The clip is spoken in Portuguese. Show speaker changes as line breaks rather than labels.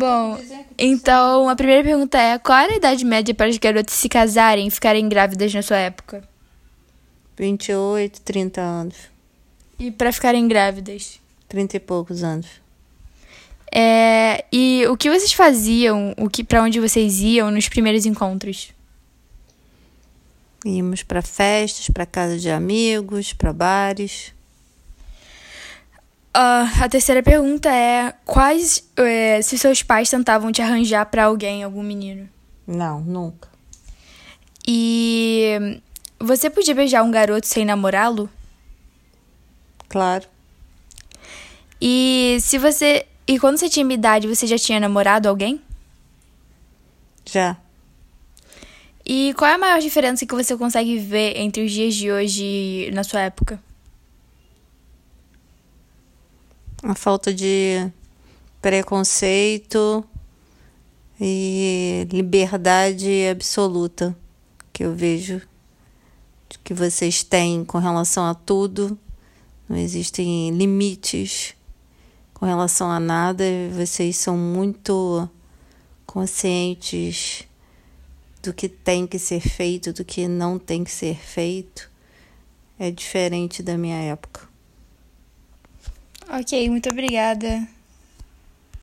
Bom, então a primeira pergunta é: qual era a idade média para as garotas se casarem e ficarem grávidas na sua época?
28, 30 anos.
E para ficarem grávidas?
30 e poucos anos.
É, e o que vocês faziam, o que para onde vocês iam nos primeiros encontros?
Íamos para festas, para casa de amigos, para bares.
Ah, a terceira pergunta é: quais. é, se seus pais tentavam te arranjar para alguém, algum menino?
Não, nunca.
E. Você podia beijar um garoto sem namorá-lo?
Claro,
E se você. E quando você tinha minha idade, você já tinha namorado alguém?
já.
E qual é a maior diferença que você consegue ver entre os dias de hoje e na sua época?
A falta de preconceito e liberdade absoluta que eu vejo que vocês têm com relação a tudo. Não existem limites com relação a nada. Vocês são muito conscientes do que tem que ser feito, do que não tem que ser feito. É diferente da minha época.
Ok, muito obrigada.